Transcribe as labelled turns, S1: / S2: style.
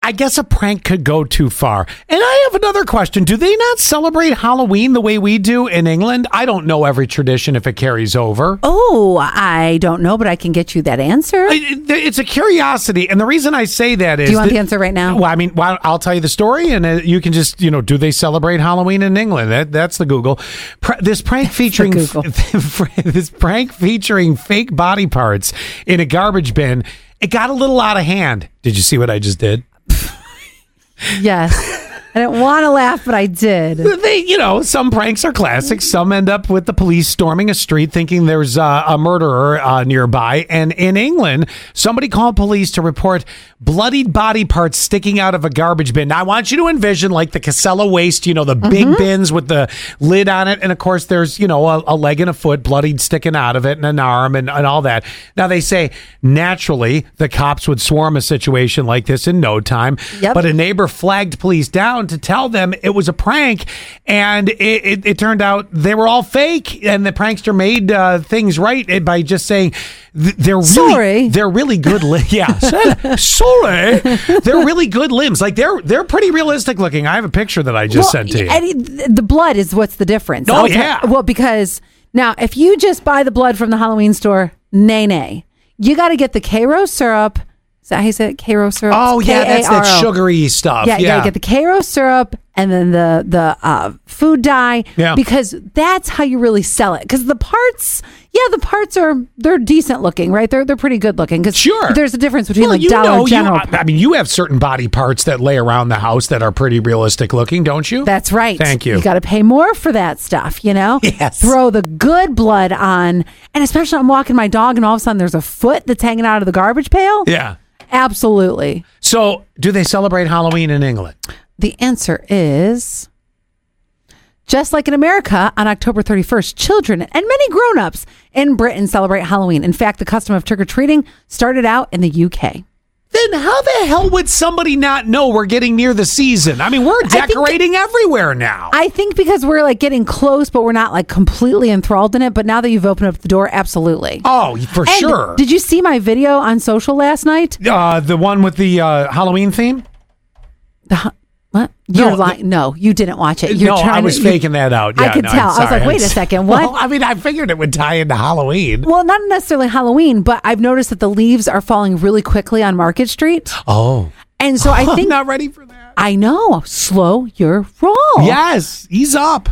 S1: I guess a prank could go too far. And I have another question. Do they not celebrate Halloween the way we do in England? I don't know every tradition if it carries over.
S2: Oh, I don't know, but I can get you that answer.
S1: I- it- it's a curiosity, and the reason I say that is
S2: you want
S1: that-
S2: the answer right now?
S1: Well, I mean, well, I'll tell you the story, and uh, you can just you know, do they celebrate Halloween in England? That that's the Google. Pr- this prank featuring
S2: Google.
S1: this prank featuring fake body parts in a garbage bin. It got a little out of hand. Did you see what I just did?
S2: yes. I didn't want to laugh, but I did.
S1: They, you know, some pranks are classics. Some end up with the police storming a street thinking there's uh, a murderer uh, nearby. And in England, somebody called police to report bloodied body parts sticking out of a garbage bin. Now, I want you to envision like the Casella waste, you know, the big bins with the lid on it. And of course, there's, you know, a, a leg and a foot bloodied sticking out of it and an arm and, and all that. Now, they say naturally the cops would swarm a situation like this in no time.
S2: Yep.
S1: But a neighbor flagged police down to tell them it was a prank, and it, it, it turned out they were all fake, and the prankster made uh, things right by just saying "Th- they're really
S2: Sorry.
S1: they're really good limbs. yeah, so- sorry, they're really good limbs. Like they're they're pretty realistic looking. I have a picture that I just
S2: Well,
S1: sent to you.
S2: and it- the blood is what's the difference.
S1: Oh,
S2: I'll tell-
S1: yeah.
S2: well, because now if you just buy the blood from the Halloween store, nay, nay, you got to get the Cairo syrup. Is that how you say it? Cairo syrup.
S1: oh yeah, that's that
S2: K-A-R-O.
S1: sugary stuff.
S2: Yeah, you got to get the Cairo syrup and then the the uh, food dye.
S1: Yeah.
S2: because that's how you really sell it. Because the parts, yeah, the parts are they're decent looking, right? They're they're pretty good looking. Because
S1: Sure.
S2: there's a difference between
S1: Well,
S2: like Dollar
S1: know,
S2: General.
S1: You, I mean, you have certain body parts that lay around the house that are pretty realistic looking, don't you?
S2: That's right.
S1: Thank you.
S2: You got to pay more for that stuff, you know?
S1: Yes.
S2: Throw the good blood on. And especially, I'm walking my dog, and all of a sudden there's a foot that's hanging out of the garbage pail.
S1: yeah.
S2: Absolutely.
S1: So, do they celebrate Halloween in England?
S2: The answer is just like in America, on October 31st, children and many grown ups in Britain celebrate Halloween. In fact, the custom of trick or treating started out in the UK.
S1: Then how the hell would somebody not know we're getting near the season? I mean, we're
S2: think-
S1: decorating everywhere now.
S2: I think because we're like getting close, but we're not like completely enthralled in it. But now that you've opened up the door, absolutely.
S1: oh, for
S2: And
S1: sure.
S2: Did you see my video on social last night?
S1: uh, the one with the uh, Halloween theme?
S2: The hu- what? You're
S1: No,
S2: lying. no, you didn't watch it. You're
S1: no,
S2: trying
S1: I was
S2: to, you-
S1: faking that out.
S2: I
S1: Yeah,
S2: could
S1: no,
S2: tell. I
S1: I'm
S2: was
S1: sorry.
S2: like, wait a
S1: I'm-
S2: second, what?
S1: Well, I mean, I figured it would tie into Halloween.
S2: Well, not necessarily Halloween, but I've noticed that the leaves are falling really quickly on Market Street,
S1: Oh,
S2: and so I
S1: I'm
S2: think
S1: not ready for that.
S2: I know. Slow your roll.
S1: Yes, ease up.